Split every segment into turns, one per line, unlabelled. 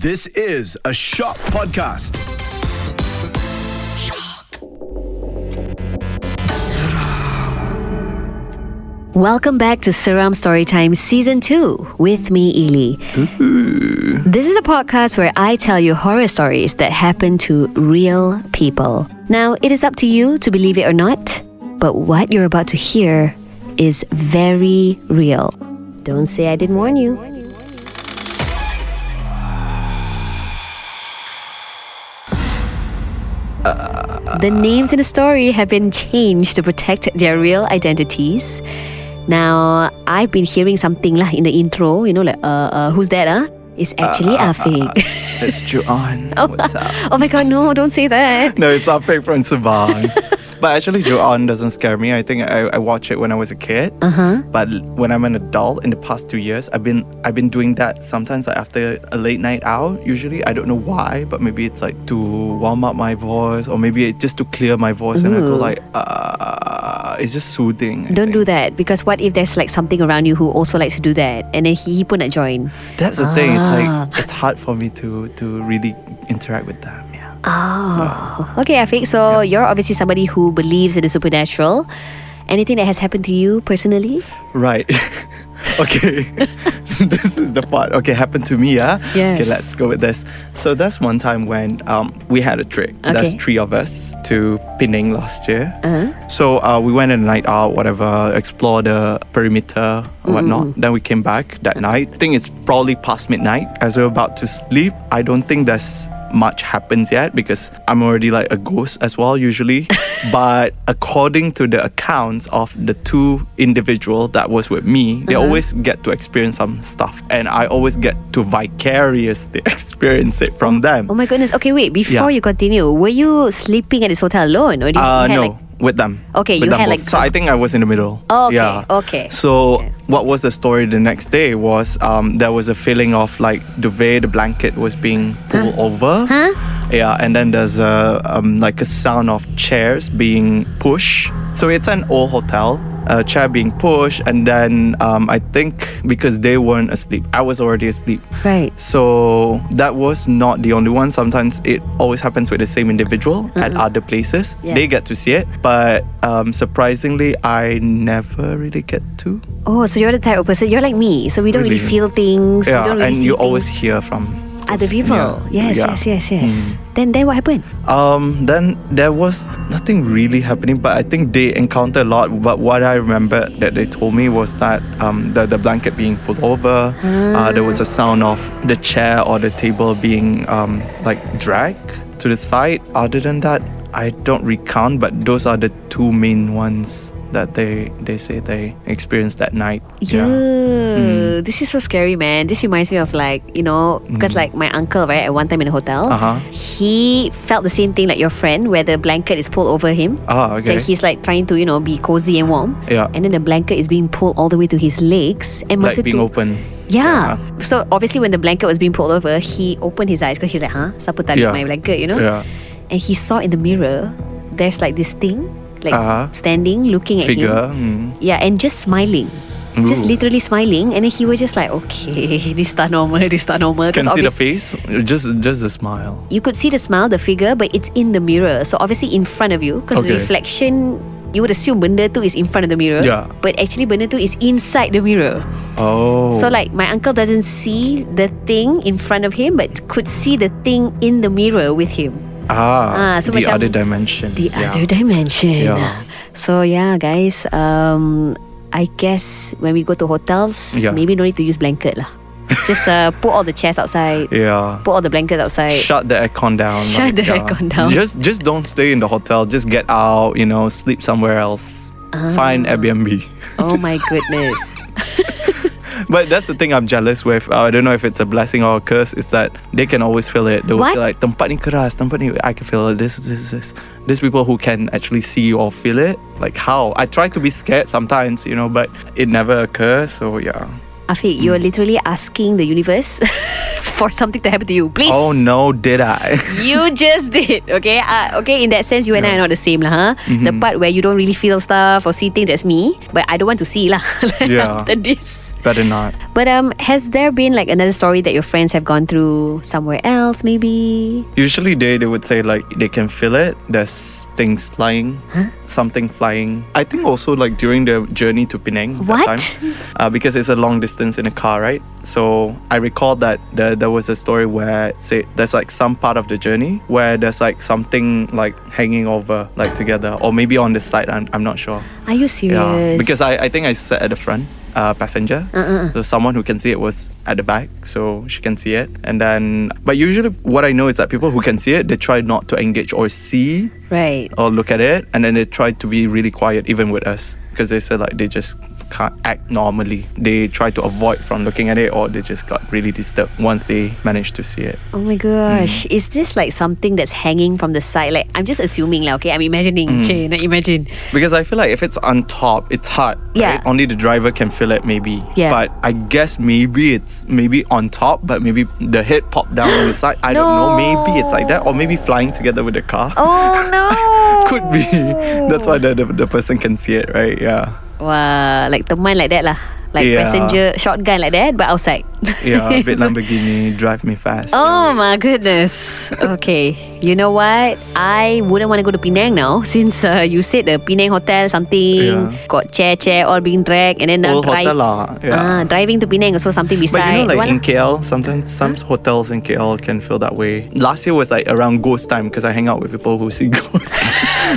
This is a Shock Podcast.
Welcome back to Seram Storytime Season 2 with me, Ely. This is a podcast where I tell you horror stories that happen to real people. Now, it is up to you to believe it or not, but what you're about to hear is very real. Don't say I didn't warn you. The names in the story have been changed to protect their real identities. Now, I've been hearing something lah in the intro, you know, like, uh, uh who's that, huh? It's
Uh,
actually Afiq.
It's Joanne. What's up?
oh my god, no, don't say that.
No, it's Afiq from Sabang. but actually, Joanne doesn't scare me. I think I, I watched it when I was a kid.
Uh-huh.
But l- when I'm an adult, in the past two years, I've been I've been doing that sometimes like, after a late night out. Usually, I don't know why, but maybe it's like to warm up my voice, or maybe it just to clear my voice, and I
Ooh.
go like, uh, it's just soothing. I
Don't do
think.
that because what if there's like something around you who also likes to do that and then he, he pun nak join.
That's the thing. It's
Ah.
like it's hard for me to to really interact with them. Yeah.
Oh. Okay, Afiq, so you're obviously somebody who believes in the supernatural. Anything that has happened to you personally?
Right. okay. this is the part. Okay, happened to me, yeah?
Yes.
Okay, let's go with this. So that's one time when um, we had a trip.
Okay.
That's three of us to Penang last year.
Uh-huh.
So uh, we went on a night out, whatever, explore the perimeter and whatnot. Then we came back that night. I think it's probably past midnight. As we're about to sleep, I don't think there's much happens yet because I'm already like a ghost as well usually. but according to the accounts of the two individual that was with me, they always get to experience some stuff and I always get to vicariously experience it from them.
Oh my goodness. Okay, wait, before
Yeah.
you continue, were you sleeping at this hotel alone? Or did you
Uh,
had
no,
like
with them.
Okay,
With
you
them
had, like,
both. So I think I was in the middle.
Oh, okay, okay,
So
okay.
what was the story the next day was um, there was a feeling of like duvet, the blanket was being pulled over.
Huh?
Yeah, and then there's a um, like a sound of chairs being pushed. So it's an old hotel. A chair being pushed, and then um, I think because they weren't asleep, I was already asleep.
Right.
So that was not the only one. Sometimes it always happens with the same individual at other places.
Mm-hmm. Yeah.
They get to see it, but um, surprisingly, I never really get to.
Oh, so you're the type of person you're like me. So we don't really,
Really?
feel things. we
yeah,
don't really
and
see
you
things.
always hear from
other
those-
people.
yeah,
Yes,
yeah. Mm.
yes, yes, yes. Then then what happened?
Um, then there was nothing really happening, but I think they encountered a lot. But what I remember that they told me was that um, the, the blanket being pulled over, uh, there was a sound of the chair or the table being um, like dragged to the side. Other than that, I don't recount, but those are the two main ones that they they say they experienced that night.
Yeah.
Mm.
This is so scary, man. This reminds me of like, you know, because like my uncle, right, at one time in a hotel,
Uh-huh.
he felt the same thing like your friend where the blanket is pulled over him.
Ah, okay.
Then he's like trying to, you know, be cozy and warm.
Yeah.
And then the blanket is being pulled all the way to his legs. And
like
masa
being
tu-
open.
Yeah. So obviously when the blanket was being pulled over, he opened his eyes because he's like, huh? Siapa tarik
Yeah.
my blanket, you know?
Yeah.
And he saw in the mirror, there's like this thing, like
Uh-huh.
standing, looking at him.
Figure. mm.
Yeah, and just smiling. Just
Ooh.
literally smiling, and then he was just like, "Okay, this not normal, this not normal."
Can
Because
see the
obvious-
face, just just the smile.
you could see the smile, the figure, but it's in the mirror, so obviously in front of you, because the
Okay.
reflection, you would assume benda tu is in front of the mirror,
Yeah.
but actually benda tu is inside the mirror.
Oh.
So like my uncle doesn't see the thing in front of him, but could see the thing in the mirror with him.
ah,
Ah, so
the
macam-
other dimension.
The
Yeah.
other dimension.
Yeah.
So yeah, guys. Um, I guess when we go to hotels,
Yeah.
maybe no need to use blanket lah. Just uh, put all the chairs outside.
Yeah.
Put all the blankets outside.
Shut the aircon down.
Shut the aircon down.
Just just don't stay in the hotel. Just get out. You know, sleep somewhere else.
Ah.
Find Airbnb.
oh my goodness.
But that's the thing I'm jealous with. Uh, I don't know if it's a blessing or a curse. Is that they can always feel it. They will
What?
feel like tempat ni keras, tempat ni I can feel it. This this this. These people who can actually see or feel it. Like how? I try to be scared sometimes, you know, but it never occurs. So yeah.
Afiq, you're
Mm.
literally asking the universe for something to happen to you. Please.
Oh no, did I?
You just did, okay? Uh, okay, in that sense, you and I
Yeah.
are not
Mm-hmm.
the same, lah. Huh? The part where you don't really feel stuff or see things, that's me. But I don't want to see, lah.
Yeah.
After this.
Better not.
But um, has there been like another story that your friends have gone through somewhere else, maybe?
Usually they, they would say like they can feel it. There's things flying, something flying. I think also like during the journey to Penang
What?
that time, uh, because it's a long distance in a car, right? So I recall that there, there was a story where say there's like some part of the journey where there's like something like hanging over like together or maybe on the side. I'm, I'm not sure.
Are you serious?
because I, I think I sat at the front, uh, passenger. So someone who can see it was at the back, so she can see it. And then, but usually what I know is that people who can see it, they try not to engage or see
right.
or look at it, and then they try to be really quiet even with us because they said like they just can't act normally. They try to avoid from looking at it, or they just got really disturbed once they managed to see it.
Oh my gosh.
Mm.
Is this like something that's hanging from the side? Like I'm just assuming, like, okay, I'm imagining,
Mm.
Jay, not imagine.
Because I feel like if it's on top, it's hard.
Yeah.
right? Only the driver can feel it, maybe.
Yeah.
But I guess maybe it's maybe on top, but maybe the head popped down on the side. I don't know. Maybe it's like that, or maybe flying together with the car.
Oh no.
Could be. That's why the, the, the person can see it, right? Yeah.
Wow, like teman like that lah. Like
Yeah.
passenger shotgun like that, but outside.
Yeah. A bit Lamborghini, drive me fast.
Oh my goodness. Okay, you know what? I wouldn't want to go to Penang now since uh, you said the Penang hotel something
Yeah.
got chair chair all being dragged and then uh,
Old
drive-
hotel lah.
Ah,
Yeah.
driving to Penang also something
but you
beside.
know, like
Wala-
in KL, sometimes some hotels in KL can feel that way. Last year was like around ghost time because I hang out with people who see ghosts.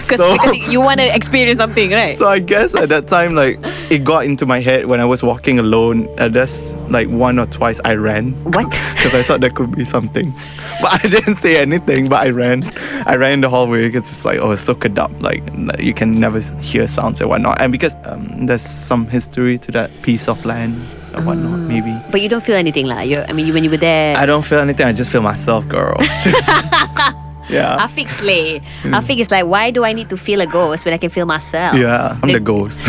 'Cause-
So-
because you want to experience something, right?
So I guess at that time, like it got into my head when I was walking alone. Uh, that's like one or twice I ran
what?
because I thought there could be something, but I didn't say anything. But I ran, I ran in the hallway. It's just like oh, it's so kadap. Like, like, you can never s- hear sounds and whatnot. And because um, there's some history to that piece of land and whatnot, maybe.
But you don't feel anything lah. You, I mean, you, when you were there,
I don't feel anything. I just feel myself, girl. yeah.
Afiq slay.
Hmm.
Afiq is like, why do I need to feel a ghost when I can feel myself?
Yeah, I'm the ghost.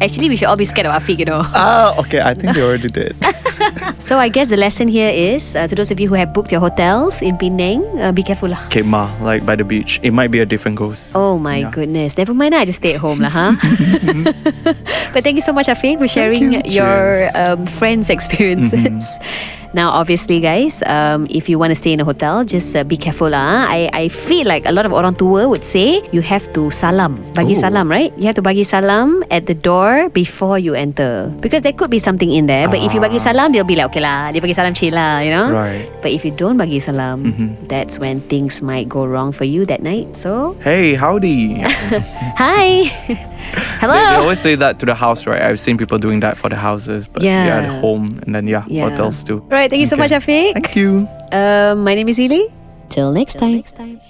Actually, we should all be scared of Afiq, you know.
Ah, okay. I think they already did.
So I guess the lesson here is uh, to those of you who have booked your hotels in Penang, uh, be careful lah.
Kema, like by the beach. It might be a different ghost.
Oh my
Yeah.
goodness. Never mind, I just stay at home lah, huh? but thank you so much, Afiq, for sharing
you.
your
Cheers. Mm-hmm.
um, friends' experiences. Now, obviously, guys, um, if you want to stay in a hotel, just uh, be careful lah. ah. I, I feel like a lot of orang tua would say you have to salam, bagi
Ooh.
salam, right? You have to bagi salam at the door before you enter because there could be something in there. But if you bagi salam, they'll be like, okay lah, dia bagi salam chill lah, you know.
Ah. Right.
But if you don't bagi salam, that's when things might go wrong for you that night. So,
Hey, howdy.
hi. Hello.
They always say that to the house, right? I've seen people doing that for the houses, but yeah,
Yeah.
at home and then yeah,
Yeah.
hotels too.
Right, thank you so much,
Okay.
Afiq.
Thank you.
Um, my name is Ely. Till next time.